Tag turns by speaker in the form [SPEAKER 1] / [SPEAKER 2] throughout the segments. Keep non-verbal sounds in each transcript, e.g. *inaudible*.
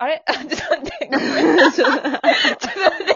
[SPEAKER 1] あれ *laughs* ちょっと待
[SPEAKER 2] *laughs*
[SPEAKER 1] って、ごめんなさい。ちょっと待って。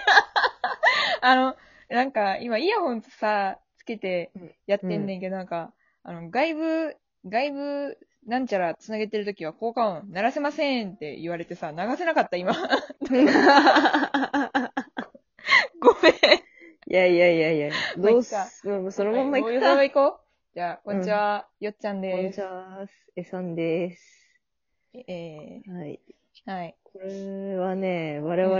[SPEAKER 1] *laughs* あの、なんか、今、イヤホンさ、つけてやってんねんけど、なんか、あの、外部、外部、なんちゃらつなげてるときは効果音鳴らせませんって言われてさ、流せなかった、
[SPEAKER 2] *laughs*
[SPEAKER 1] 今。ごめん。 *laughs*
[SPEAKER 2] いやいやいやいや、どうす、うんそのまん
[SPEAKER 1] は
[SPEAKER 2] ま
[SPEAKER 1] い
[SPEAKER 2] 行
[SPEAKER 1] もう
[SPEAKER 2] く
[SPEAKER 1] そのま
[SPEAKER 2] か。
[SPEAKER 1] ま行こう。じゃあ、こんにちは、よっちゃん
[SPEAKER 2] こん
[SPEAKER 1] で
[SPEAKER 2] にち
[SPEAKER 1] す。
[SPEAKER 2] は、えさんです。
[SPEAKER 1] え
[SPEAKER 2] はい。
[SPEAKER 1] ー、はい。
[SPEAKER 2] これはね、我々、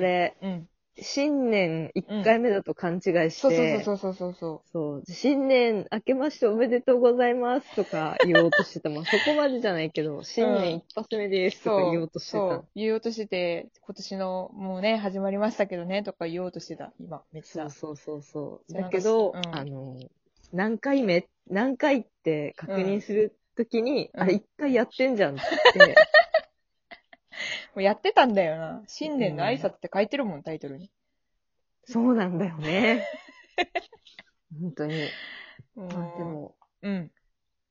[SPEAKER 1] うん。
[SPEAKER 2] 新年1回目だと勘違いして、
[SPEAKER 1] そうそうそうそうそうそう。
[SPEAKER 2] そう新年明けましておめでとうございますとか言おうとしてた。まあ、そこまでじゃないけど、新年一発目ですとか言おうとしてた。
[SPEAKER 1] そう、言おうとしてて、今年の、もうね、始まりましたけどね、とか言おうとしてた、今、めっち
[SPEAKER 2] そ
[SPEAKER 1] ゃ
[SPEAKER 2] う。そうそうそう。
[SPEAKER 1] じゃあ
[SPEAKER 2] だけど、
[SPEAKER 1] なんかうん
[SPEAKER 2] あの、何回目、何回って確認するときに、
[SPEAKER 1] うん
[SPEAKER 2] あれ一回やってんじゃん
[SPEAKER 1] *laughs*
[SPEAKER 2] って。
[SPEAKER 1] もうやってたんだよな。新年の挨拶って書いてるもん、タイトルに。
[SPEAKER 2] そうなんだよね。本当に。
[SPEAKER 1] う
[SPEAKER 2] まあでも、
[SPEAKER 1] うん。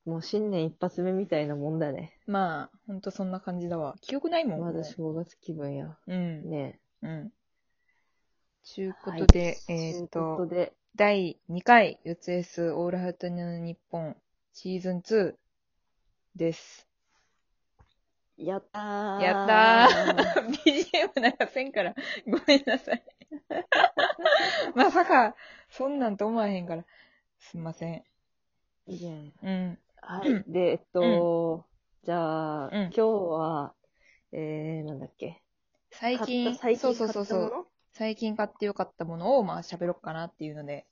[SPEAKER 2] もう新年一発目みたいなもんだね。
[SPEAKER 1] まあ、ほんとそんな感じだわ。記憶ないもん。
[SPEAKER 2] まだ正月気分や。
[SPEAKER 1] うん。
[SPEAKER 2] ね
[SPEAKER 1] うん。ちゅう
[SPEAKER 2] え。
[SPEAKER 1] ことで、
[SPEAKER 2] はい
[SPEAKER 1] えっ、
[SPEAKER 2] というこ
[SPEAKER 1] と、
[SPEAKER 2] とで、
[SPEAKER 1] 第2回、四つ S オールハウトニュー日本、シーズン2です。
[SPEAKER 2] *laughs* やったー。
[SPEAKER 1] やったー !BGM なんかせんから、ごめんなさい。 *laughs* まさか、そんなんと思わへんから、すんません。 *laughs*
[SPEAKER 2] ー。いや
[SPEAKER 1] うん。
[SPEAKER 2] は
[SPEAKER 1] うん
[SPEAKER 2] い。で、えっと、じゃあ、
[SPEAKER 1] うん
[SPEAKER 2] 今日は、えー、なんだっけ。
[SPEAKER 1] 最
[SPEAKER 2] 買
[SPEAKER 1] 近、
[SPEAKER 2] った最近
[SPEAKER 1] そ
[SPEAKER 2] 買
[SPEAKER 1] う
[SPEAKER 2] った
[SPEAKER 1] そうそうそ
[SPEAKER 2] も
[SPEAKER 1] う、
[SPEAKER 2] の
[SPEAKER 1] 最近買ってよかったものを、まあ喋ろうかなっていうので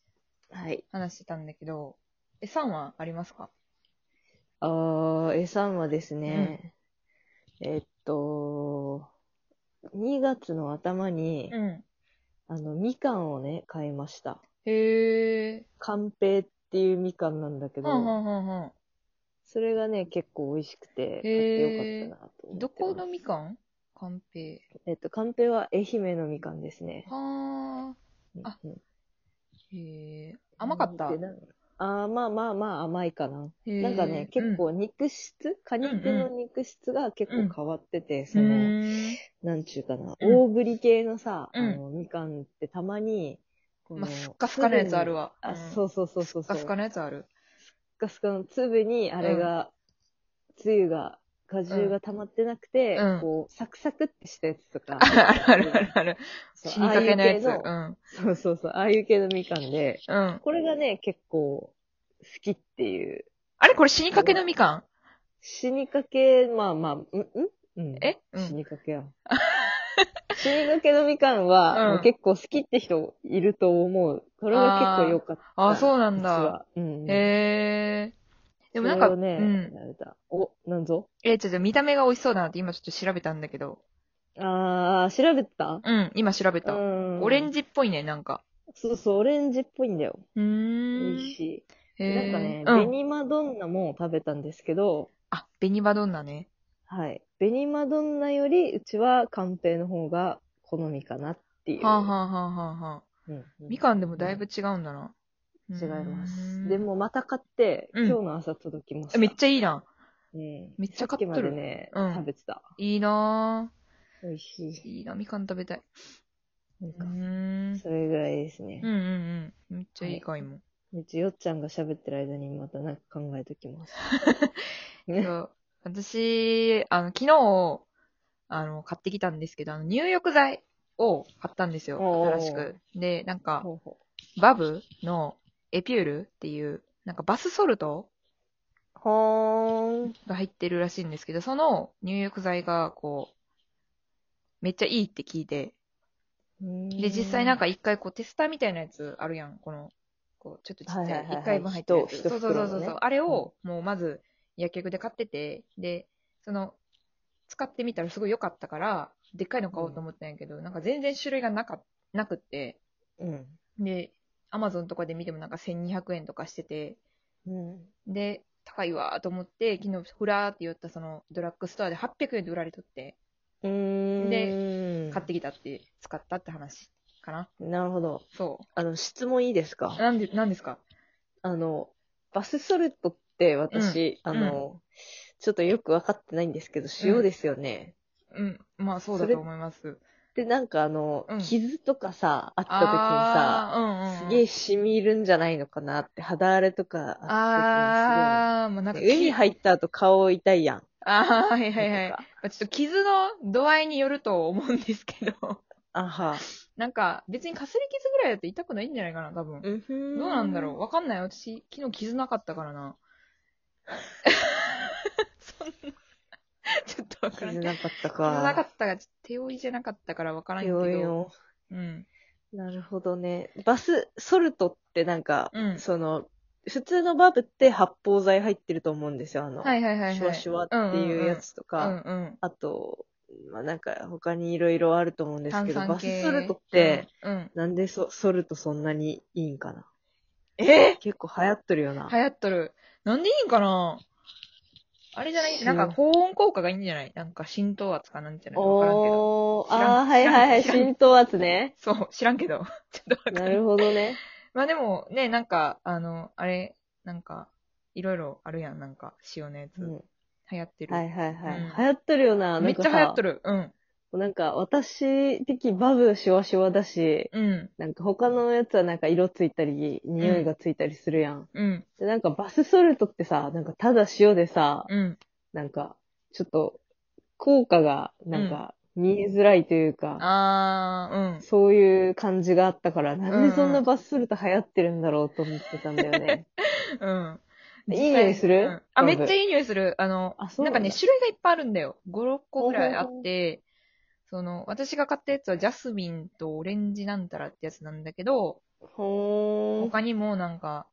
[SPEAKER 2] はい。
[SPEAKER 1] 話してたんだけど、え、さんはありますか
[SPEAKER 2] あー、えさんはですね、えっと、2月の頭に、
[SPEAKER 1] ん。
[SPEAKER 2] あの、みかんをね、買いました。
[SPEAKER 1] へえ。
[SPEAKER 2] カンペっていうみかんなんだけ
[SPEAKER 1] ー。
[SPEAKER 2] ど、
[SPEAKER 1] はんはんはんはん。
[SPEAKER 2] それがね、結構美味しくて、買っ
[SPEAKER 1] へ
[SPEAKER 2] て
[SPEAKER 1] ー
[SPEAKER 2] よかったなと思ってます。
[SPEAKER 1] どこのみかんカンペ
[SPEAKER 2] えっと、カンペは愛媛のみかんですね。
[SPEAKER 1] はあ
[SPEAKER 2] うんうん
[SPEAKER 1] ー。へえ。甘かった。
[SPEAKER 2] でなんあーまあまあまあ甘いかな。
[SPEAKER 1] へー
[SPEAKER 2] なんかね、結、構肉質、果肉の肉質が結構変わってて、そ
[SPEAKER 1] うん、う
[SPEAKER 2] の、
[SPEAKER 1] ーん
[SPEAKER 2] なんちゅうかな、
[SPEAKER 1] うん
[SPEAKER 2] 大ぶり系のさ、
[SPEAKER 1] うん
[SPEAKER 2] あの、みかんってたまに、この
[SPEAKER 1] まあ、ふっかふかのやつあるわ。
[SPEAKER 2] 粒
[SPEAKER 1] う
[SPEAKER 2] に。あ、そ
[SPEAKER 1] ん。
[SPEAKER 2] うそうそうそう
[SPEAKER 1] ふっか
[SPEAKER 2] そう。
[SPEAKER 1] ふかのやつあ
[SPEAKER 2] *laughs*
[SPEAKER 1] る。
[SPEAKER 2] ふかふかの粒に、あれが、つゆが、果汁が溜まってなくて、
[SPEAKER 1] うん
[SPEAKER 2] こう、サクサクってしたやつとか
[SPEAKER 1] あ、る *laughs* あるあるある。
[SPEAKER 2] そう
[SPEAKER 1] 死にかけのやつ。う
[SPEAKER 2] ああいう系
[SPEAKER 1] ん。
[SPEAKER 2] そうそうそう、ああいう系のみかんで、
[SPEAKER 1] うん。
[SPEAKER 2] これがね、結構、好きっていう。
[SPEAKER 1] あれこれ死にかけのみかん
[SPEAKER 2] 死にかけ、まあまあ、んんうん。
[SPEAKER 1] えう
[SPEAKER 2] 死
[SPEAKER 1] ん。
[SPEAKER 2] にかけや。
[SPEAKER 1] *laughs*
[SPEAKER 2] 死にかけのみかんは、
[SPEAKER 1] うん
[SPEAKER 2] もう結構好きって人いると思う。これは結構良かった。
[SPEAKER 1] あ、そうなん
[SPEAKER 2] 実
[SPEAKER 1] だ。
[SPEAKER 2] は。うん。
[SPEAKER 1] へえ。でもなんか、
[SPEAKER 2] それをね、
[SPEAKER 1] うん。
[SPEAKER 2] やれたお、なんぞ
[SPEAKER 1] え、ちょっと見た目が美味しそうだなって今ちょっと調べたんだけど。
[SPEAKER 2] あー、調べてた
[SPEAKER 1] うん、今調べた。
[SPEAKER 2] うん。
[SPEAKER 1] オレンジっぽいね、なんか。
[SPEAKER 2] そうそう、オレンジっぽいんだよ。
[SPEAKER 1] うーん。
[SPEAKER 2] 美味しい。
[SPEAKER 1] へ
[SPEAKER 2] なん
[SPEAKER 1] ー
[SPEAKER 2] かね、
[SPEAKER 1] う
[SPEAKER 2] ベ
[SPEAKER 1] ん。
[SPEAKER 2] ニマドンナも食べたんですけど、
[SPEAKER 1] あ、ベニバドンナね。
[SPEAKER 2] はい。ベニマドンナより、うちはカンペイの方が好みかなっていう。
[SPEAKER 1] はあ、はあはあはあはあ。
[SPEAKER 2] うんうん
[SPEAKER 1] みかんでもだいぶ違うんだな。
[SPEAKER 2] 違います。
[SPEAKER 1] う
[SPEAKER 2] で
[SPEAKER 1] ん、
[SPEAKER 2] もまた買って、
[SPEAKER 1] うん
[SPEAKER 2] 今日の朝届きました。
[SPEAKER 1] えめっちゃいいな。
[SPEAKER 2] うん、
[SPEAKER 1] めっちゃ買っと
[SPEAKER 2] さきま
[SPEAKER 1] る
[SPEAKER 2] でね、
[SPEAKER 1] うん
[SPEAKER 2] 食べてた。
[SPEAKER 1] いいな
[SPEAKER 2] 美味し
[SPEAKER 1] ぁ。
[SPEAKER 2] い。
[SPEAKER 1] いいな、みかん食べたい。
[SPEAKER 2] なん
[SPEAKER 1] うー
[SPEAKER 2] か、
[SPEAKER 1] ん。
[SPEAKER 2] それぐらいですね
[SPEAKER 1] うんう。んうん。めっちゃいい回も。
[SPEAKER 2] うち、よっちゃんが喋ってる間にまたなんか考えときます。
[SPEAKER 1] いや私、あの、昨日、あの、買ってきたんですけど、あの、入浴剤を買ったんですよ。
[SPEAKER 2] おー
[SPEAKER 1] 新しく。で、なんか、
[SPEAKER 2] ほうほう
[SPEAKER 1] バブのエピュールっていう、なんかバスソルト
[SPEAKER 2] ほーん。
[SPEAKER 1] が入ってるらしいんですけど、その入浴剤が、こう、めっちゃいいって聞いて、で、実際なん
[SPEAKER 2] か、
[SPEAKER 1] か一回こうテスターみたいなやつあるやん。この、こう、ちょっとちっ
[SPEAKER 2] はい
[SPEAKER 1] ちゃ
[SPEAKER 2] はい
[SPEAKER 1] い。
[SPEAKER 2] はいはい
[SPEAKER 1] 一回分入ってるやつ。
[SPEAKER 2] 一
[SPEAKER 1] そうそうそう
[SPEAKER 2] 一
[SPEAKER 1] そ
[SPEAKER 2] 袋
[SPEAKER 1] う
[SPEAKER 2] のね
[SPEAKER 1] あれを、もうまず、薬局で買ってて、で、その、使ってみたらすごい良かったから、でっかいの買おうと思ったんやけど、なんか全然種類がなか、なくって、
[SPEAKER 2] うん。
[SPEAKER 1] で、アマゾンとかで見てもなんか1200円とかしてて、
[SPEAKER 2] うん。
[SPEAKER 1] で、高いわーと思って、昨日、ふらーって言ったそのドラッグストアで800円で売られとって、
[SPEAKER 2] うーん。で
[SPEAKER 1] 買ってきたって、使ったって話かな。
[SPEAKER 2] なるほど。
[SPEAKER 1] そ
[SPEAKER 2] あの、質問いいですか
[SPEAKER 1] う。なんで、なんですか
[SPEAKER 2] あの、バスソルトって私、
[SPEAKER 1] うん
[SPEAKER 2] あの、ちょっとよくわかってないんですけど、塩ですよね。
[SPEAKER 1] うん。まあ、そうだと思います。
[SPEAKER 2] で、なんかあの、
[SPEAKER 1] うん
[SPEAKER 2] 傷とかさ、あった時にさ、
[SPEAKER 1] あー、うんうんうん。
[SPEAKER 2] すげえ染みるんじゃないのかなって、肌荒れとかあっ
[SPEAKER 1] あー、もうな
[SPEAKER 2] た
[SPEAKER 1] んか
[SPEAKER 2] 時にすごい。海入った後顔痛いやん。
[SPEAKER 1] ああ、はいはいはい。ま
[SPEAKER 2] とか
[SPEAKER 1] あ、ちょっと傷の度合いによると思うんですけ
[SPEAKER 2] *laughs*
[SPEAKER 1] ど、
[SPEAKER 2] あは。
[SPEAKER 1] なんか別にかすり傷ぐらいだと痛くないんじゃないかな、多分。
[SPEAKER 2] うんふ
[SPEAKER 1] ど
[SPEAKER 2] ん
[SPEAKER 1] うなんだろうわかんない。私、昨日傷なかったからな。
[SPEAKER 2] *laughs*
[SPEAKER 1] そんな、ちょっとわからん
[SPEAKER 2] 傷。なかったか。
[SPEAKER 1] 傷なかったが、ちょっと手負いじゃなかったからわからんけど。
[SPEAKER 2] 病院を
[SPEAKER 1] うん。
[SPEAKER 2] なるほどね。バス、ソルトってなんか、
[SPEAKER 1] うん
[SPEAKER 2] その、普通のバブって発泡剤入ってると思うんですよ。あの、
[SPEAKER 1] はいはいはい、はい。
[SPEAKER 2] シュワシュワっていうやつと
[SPEAKER 1] う
[SPEAKER 2] か、
[SPEAKER 1] んうん。
[SPEAKER 2] あと、まあ、なんか他にいろいろあると思うんです
[SPEAKER 1] 炭
[SPEAKER 2] けど、
[SPEAKER 1] 酸
[SPEAKER 2] バ
[SPEAKER 1] 系。
[SPEAKER 2] スソルトって、、
[SPEAKER 1] うん。うん
[SPEAKER 2] なんでソソルトそんなにいいんかな
[SPEAKER 1] え
[SPEAKER 2] 結構流行ってるよな。
[SPEAKER 1] 流行っとる。なんでいいんかなあれじゃない
[SPEAKER 2] 知
[SPEAKER 1] な
[SPEAKER 2] ら
[SPEAKER 1] ん
[SPEAKER 2] ん
[SPEAKER 1] か高温効果がいいんじゃないなんか浸透圧かなんじゃないわからんけど。
[SPEAKER 2] おー、
[SPEAKER 1] 知らん
[SPEAKER 2] あー、はいはいはい、
[SPEAKER 1] 知らん
[SPEAKER 2] 浸透圧
[SPEAKER 1] *laughs*
[SPEAKER 2] ね。
[SPEAKER 1] そう、知らんけど。ちょっとわかんな
[SPEAKER 2] ないるほどね。
[SPEAKER 1] まあでも、ね、なんか、あの、あれ、なんか、いろいろあるやん、なんか、塩のやつ。
[SPEAKER 2] うん、
[SPEAKER 1] 流行ってる。
[SPEAKER 2] はいはいはい、
[SPEAKER 1] うん
[SPEAKER 2] 流行ってるよな。
[SPEAKER 1] めっちゃ流行っと
[SPEAKER 2] る。
[SPEAKER 1] る。うん。
[SPEAKER 2] なんか私的バブシュワシュワだし、
[SPEAKER 1] うん。
[SPEAKER 2] なんか他のやつはなんか色ついたり、匂いがついたりするやん。
[SPEAKER 1] うん。
[SPEAKER 2] で、なんかバスソルトってさ、なんかただ塩でさ、
[SPEAKER 1] うん。
[SPEAKER 2] なんか、ちょっと、効果が、なんか、見えづらいというか、
[SPEAKER 1] あー、うん。
[SPEAKER 2] そういう感じがあったから、なんでそん
[SPEAKER 1] う
[SPEAKER 2] なんバスソルト流行ってるんだろうと思ってたんだよね。
[SPEAKER 1] うん。
[SPEAKER 2] いい
[SPEAKER 1] 実際
[SPEAKER 2] 匂いする
[SPEAKER 1] うんあ、め
[SPEAKER 2] 豆
[SPEAKER 1] っちゃいい匂いする。あの、
[SPEAKER 2] *laughs* あそう
[SPEAKER 1] な
[SPEAKER 2] なんん
[SPEAKER 1] か
[SPEAKER 2] だ
[SPEAKER 1] ね、種類がいっぱいあるんだよ。5、6個ぐらいあ
[SPEAKER 2] ほうほ
[SPEAKER 1] っ
[SPEAKER 2] う
[SPEAKER 1] て、その、私が買ったやつはジャスミンとオレンジなんたらってやつなんだけど、
[SPEAKER 2] ほー。
[SPEAKER 1] 他にもなんか、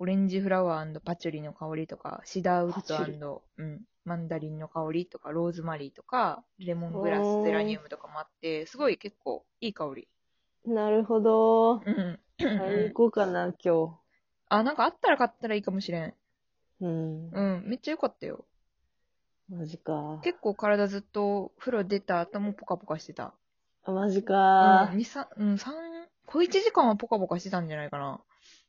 [SPEAKER 1] オレンジフラワーパチュリの香りとか、シダーウ
[SPEAKER 2] パチ
[SPEAKER 1] ッ
[SPEAKER 2] ュ
[SPEAKER 1] ドうん、マンダリンの香りとか、ローズマリーとか、レモングラス、
[SPEAKER 2] ほう
[SPEAKER 1] ゼラニウムとかもあって、すごい結構いい香り。
[SPEAKER 2] なるほど。
[SPEAKER 1] うん。
[SPEAKER 2] あれ行こうかな、今
[SPEAKER 1] *laughs* あ、なんかあったら買ったらいいかもしれん。
[SPEAKER 2] 日。うん。
[SPEAKER 1] うん、めっちゃ良かったよ。
[SPEAKER 2] マジか。
[SPEAKER 1] 結構体ずっと風呂出た後もポカポカしてた。
[SPEAKER 2] あマジ
[SPEAKER 1] う
[SPEAKER 2] か、
[SPEAKER 1] ん、二三、うん、三、小一時間はポカポカしてたんじゃないかな。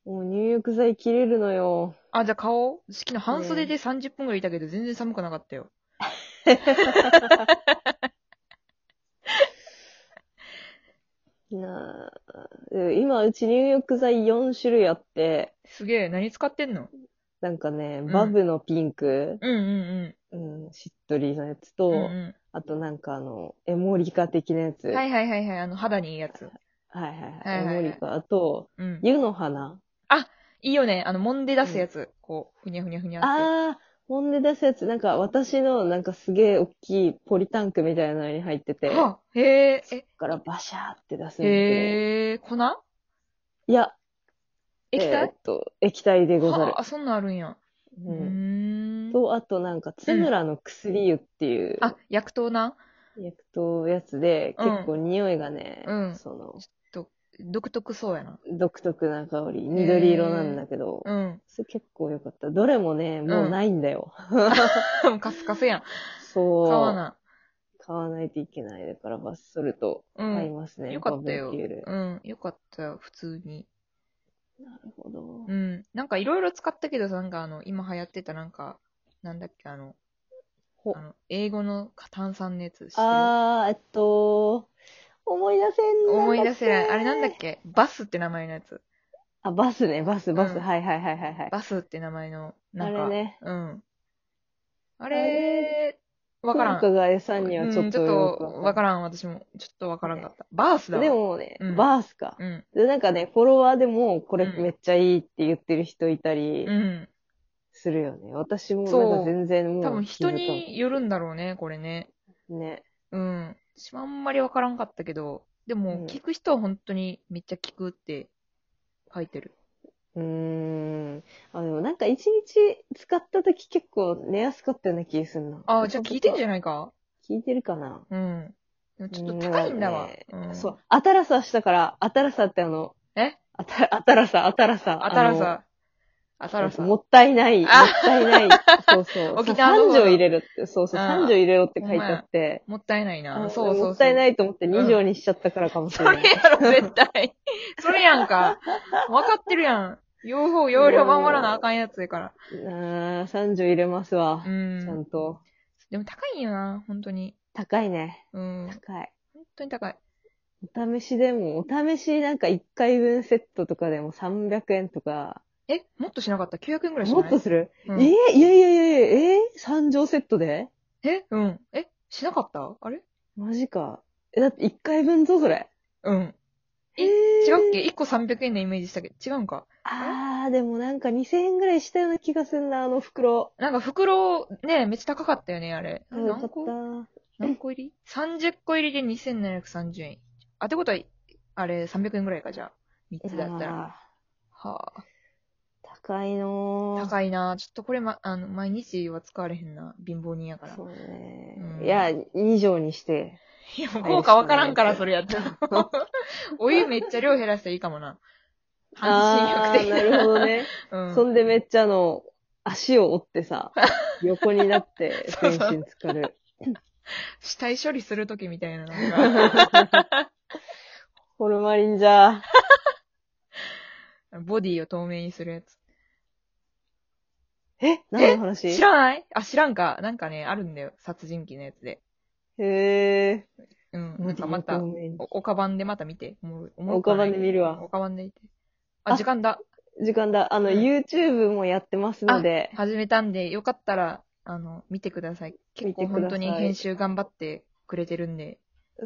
[SPEAKER 2] もう入浴剤切れるのよ。
[SPEAKER 1] あ、じゃあ顔昨日半袖で30分ぐらいいたけど全然寒くなかったよ。
[SPEAKER 2] なあうん今、うち入浴剤4種類あって、
[SPEAKER 1] すげえ、何使ってんの
[SPEAKER 2] なんかね、
[SPEAKER 1] ん
[SPEAKER 2] バブのピンク、
[SPEAKER 1] うんうん
[SPEAKER 2] うん、しっとりのやつと、
[SPEAKER 1] うん。うん
[SPEAKER 2] あとなんかあの、エモリカ的なやつ。
[SPEAKER 1] うん、はいはいはいはい、あの肌にいいやつ。
[SPEAKER 2] はいはい
[SPEAKER 1] はい
[SPEAKER 2] は。
[SPEAKER 1] はいいは
[SPEAKER 2] エ
[SPEAKER 1] い
[SPEAKER 2] モリカ。あと、
[SPEAKER 1] うん。
[SPEAKER 2] 湯の花。
[SPEAKER 1] いいよね、あの、揉んで出すやつ。こう、ふにゃふにゃふにゃって。
[SPEAKER 2] あー、ほんで出すやつ。なんか私のなんかすげえ大きいポリタンクみたいなのに入ってて、
[SPEAKER 1] はあ、へえ、え、
[SPEAKER 2] からバシャーって出すんだけ
[SPEAKER 1] へえ、粉
[SPEAKER 2] ど。いや、
[SPEAKER 1] 液
[SPEAKER 2] えー
[SPEAKER 1] 体
[SPEAKER 2] っと、液体でござる
[SPEAKER 1] は。あ、そんなんあるんや。う
[SPEAKER 2] うん
[SPEAKER 1] ーん。
[SPEAKER 2] と、あとなんか、つむらの薬湯っていう、
[SPEAKER 1] あ、薬湯な
[SPEAKER 2] 薬とやつで、
[SPEAKER 1] うん
[SPEAKER 2] 結構匂いがね、
[SPEAKER 1] うん
[SPEAKER 2] その、
[SPEAKER 1] 独特そうやな。
[SPEAKER 2] 独特な香り、緑色なんだけど、
[SPEAKER 1] うん。 *laughs*
[SPEAKER 2] それ結構良かった。どれもね、もうないんだよ。
[SPEAKER 1] もうカスカスやん。
[SPEAKER 2] そう。
[SPEAKER 1] 買わな。
[SPEAKER 2] 買わないといけない。だから、バスソルト
[SPEAKER 1] うん。
[SPEAKER 2] 買いますね。
[SPEAKER 1] よかったよ
[SPEAKER 2] バブルキュール
[SPEAKER 1] うん。よかったよ、普通に。
[SPEAKER 2] なるほど
[SPEAKER 1] う。ん。なんかいろいろ使ったけどさ、なんかあの、今流行ってたなんか、なんだっけ、あの、
[SPEAKER 2] ほ
[SPEAKER 1] あの英語の炭酸のやつ知ってる
[SPEAKER 2] あー、えっと、思い出せん
[SPEAKER 1] 思い出せない。あれなんだっ
[SPEAKER 2] け
[SPEAKER 1] けバスって名前のやつ。
[SPEAKER 2] あ、バスね、バス、バス。
[SPEAKER 1] うん
[SPEAKER 2] はいはいはいはいはい。
[SPEAKER 1] バスって名前の、なんか。
[SPEAKER 2] あれね。
[SPEAKER 1] うん。あ
[SPEAKER 2] あ
[SPEAKER 1] れわからん。
[SPEAKER 2] 福岡が餌にはち
[SPEAKER 1] う
[SPEAKER 2] ょ
[SPEAKER 1] ん
[SPEAKER 2] っ
[SPEAKER 1] ち
[SPEAKER 2] と
[SPEAKER 1] ょっ
[SPEAKER 2] よく
[SPEAKER 1] とわからん、私も。ちょっとわからんかった。バースだわ。
[SPEAKER 2] で、もね、
[SPEAKER 1] うん
[SPEAKER 2] バースか。
[SPEAKER 1] うん。
[SPEAKER 2] で、なんかね、フォロワーでも、これ
[SPEAKER 1] うん
[SPEAKER 2] めっちゃいいって言ってる人いたり
[SPEAKER 1] うん。
[SPEAKER 2] するよね。私も
[SPEAKER 1] そう
[SPEAKER 2] なんか全然もう。
[SPEAKER 1] 多分人
[SPEAKER 2] 気づか
[SPEAKER 1] によるんだろうね、これね。
[SPEAKER 2] んね。
[SPEAKER 1] うん。私もあんまりわからんかったけど、で
[SPEAKER 2] う
[SPEAKER 1] も
[SPEAKER 2] ん
[SPEAKER 1] 聞く人は本当にめっちゃ聞くって書いてる。
[SPEAKER 2] うーん。あ、でもなんか一日使った時結構寝やすかったような気がするな。
[SPEAKER 1] ああ、じゃあ聞いてんじ
[SPEAKER 2] ゃ
[SPEAKER 1] ゃないか
[SPEAKER 2] 聞いてるかな。
[SPEAKER 1] うん。でもちょっと高いんだわ
[SPEAKER 2] もうね。
[SPEAKER 1] うん
[SPEAKER 2] そう。。アタラサしたから、アタラサってあの、
[SPEAKER 1] え
[SPEAKER 2] アタアタラサ、アタラサ。
[SPEAKER 1] あたら
[SPEAKER 2] あの。
[SPEAKER 1] さ、あたらさ。
[SPEAKER 2] もったいない、もっ
[SPEAKER 1] あ
[SPEAKER 2] たいない。そうそ
[SPEAKER 1] *laughs*
[SPEAKER 2] う。
[SPEAKER 1] 沖
[SPEAKER 2] 三
[SPEAKER 1] 縄の
[SPEAKER 2] 条入れるって、そうそう、
[SPEAKER 1] うん
[SPEAKER 2] 三条入れろって書いてあって。
[SPEAKER 1] もったいないな。
[SPEAKER 2] あ
[SPEAKER 1] そうそうそう。。
[SPEAKER 2] もったいないいと思って2条にしちゃったからかもし
[SPEAKER 1] そ
[SPEAKER 2] れない。
[SPEAKER 1] れやろ、絶対。それやんか。わかってるやん。用法、用量守らなあかんやつやから。
[SPEAKER 2] あー3条入れますわ
[SPEAKER 1] う。
[SPEAKER 2] ちゃん
[SPEAKER 1] ん。
[SPEAKER 2] と。
[SPEAKER 1] でも高いんよな、本当に。
[SPEAKER 2] 高いね。
[SPEAKER 1] うん。本
[SPEAKER 2] 高い。
[SPEAKER 1] 当に高い。
[SPEAKER 2] お試しでも、お試しなんか1回分セットとかでも300円とか、
[SPEAKER 1] え、もっとしなかった ?900 円ぐらいし
[SPEAKER 2] も
[SPEAKER 1] ない
[SPEAKER 2] っとする、
[SPEAKER 1] うん
[SPEAKER 2] えーいやいやいやいや、えー、?3 畳セットで
[SPEAKER 1] えうん。えしなかったあれ
[SPEAKER 2] マジか。え、だって1回分ぞ、それ。
[SPEAKER 1] うん。え
[SPEAKER 2] ー
[SPEAKER 1] 違うっけ ?1 個300円のイメージしたけど、違うんか。
[SPEAKER 2] あー、でもなんか2000円ぐらいしたような気がすんな、あの袋。
[SPEAKER 1] なんか袋、ね、めっちゃ高かったよね、あれ。
[SPEAKER 2] あよか
[SPEAKER 1] 何
[SPEAKER 2] っ
[SPEAKER 1] 個
[SPEAKER 2] た。
[SPEAKER 1] 何個入り ?30 個入りで2730円。あ、ってことは、あれ、300円ぐらいか、じゃあ。3つだったら。
[SPEAKER 2] あ
[SPEAKER 1] はあ。
[SPEAKER 2] ー高いのー。
[SPEAKER 1] 高いなちょっとこれ、ま、あの、毎日は使われへんな。貧乏人やから
[SPEAKER 2] そ。うね、
[SPEAKER 1] うん
[SPEAKER 2] いや、2畳にして。
[SPEAKER 1] いや、もう効果わからんから、それやったら。
[SPEAKER 2] *laughs*
[SPEAKER 1] お湯めっちゃ量減らしたらいいかもな。半身
[SPEAKER 2] あ
[SPEAKER 1] 浴
[SPEAKER 2] ー
[SPEAKER 1] 的
[SPEAKER 2] なるほどね。
[SPEAKER 1] うん。
[SPEAKER 2] そんでめっちゃあの、足を折っ
[SPEAKER 1] *laughs*
[SPEAKER 2] てさ、横になって
[SPEAKER 1] そう
[SPEAKER 2] 全
[SPEAKER 1] そう
[SPEAKER 2] 身浸かる。
[SPEAKER 1] 死体処理するときみたいなのが、
[SPEAKER 2] ホルマリンじゃ。
[SPEAKER 1] ボディを透明にするやつ。
[SPEAKER 2] え何の話
[SPEAKER 1] 知らないあ、知らんか。なんかね、あるんだよ。殺人鬼のやつで。
[SPEAKER 2] へ
[SPEAKER 1] うん。
[SPEAKER 2] ー。
[SPEAKER 1] なんかまた、
[SPEAKER 2] ごめん
[SPEAKER 1] お、おかばんでまた見て。おもろいおもろ
[SPEAKER 2] お
[SPEAKER 1] くは
[SPEAKER 2] か
[SPEAKER 1] な
[SPEAKER 2] ば
[SPEAKER 1] い
[SPEAKER 2] んで見るわ。
[SPEAKER 1] おかばんでいて。あ、
[SPEAKER 2] あ
[SPEAKER 1] 時間だ。
[SPEAKER 2] 時間だ。あの、
[SPEAKER 1] うん
[SPEAKER 2] YouTube もやってますので、
[SPEAKER 1] 始めたんで、よかったら、あの、見てください。結構
[SPEAKER 2] 見てく
[SPEAKER 1] 本
[SPEAKER 2] だ
[SPEAKER 1] 当
[SPEAKER 2] さい
[SPEAKER 1] に編集頑張ってくれてるんで。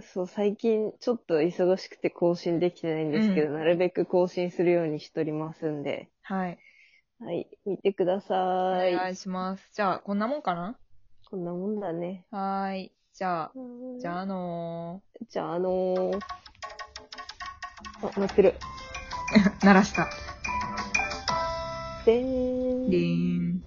[SPEAKER 2] そう、最近ちょっと忙しくて更新できてないんですけど、
[SPEAKER 1] うん
[SPEAKER 2] なるべく更新するようにしとりますんで、
[SPEAKER 1] はい。
[SPEAKER 2] はい、見てくだ
[SPEAKER 1] お
[SPEAKER 2] さい。
[SPEAKER 1] 願いします。じゃあ、こんなもんかな
[SPEAKER 2] こんなもんだね。
[SPEAKER 1] はーい。じゃあ、じゃあ、
[SPEAKER 2] あ、
[SPEAKER 1] あの
[SPEAKER 2] じゃあ、あのー、あ、鳴って
[SPEAKER 1] ー、
[SPEAKER 2] る。
[SPEAKER 1] 鳴らした。
[SPEAKER 2] でーん。
[SPEAKER 1] でーん。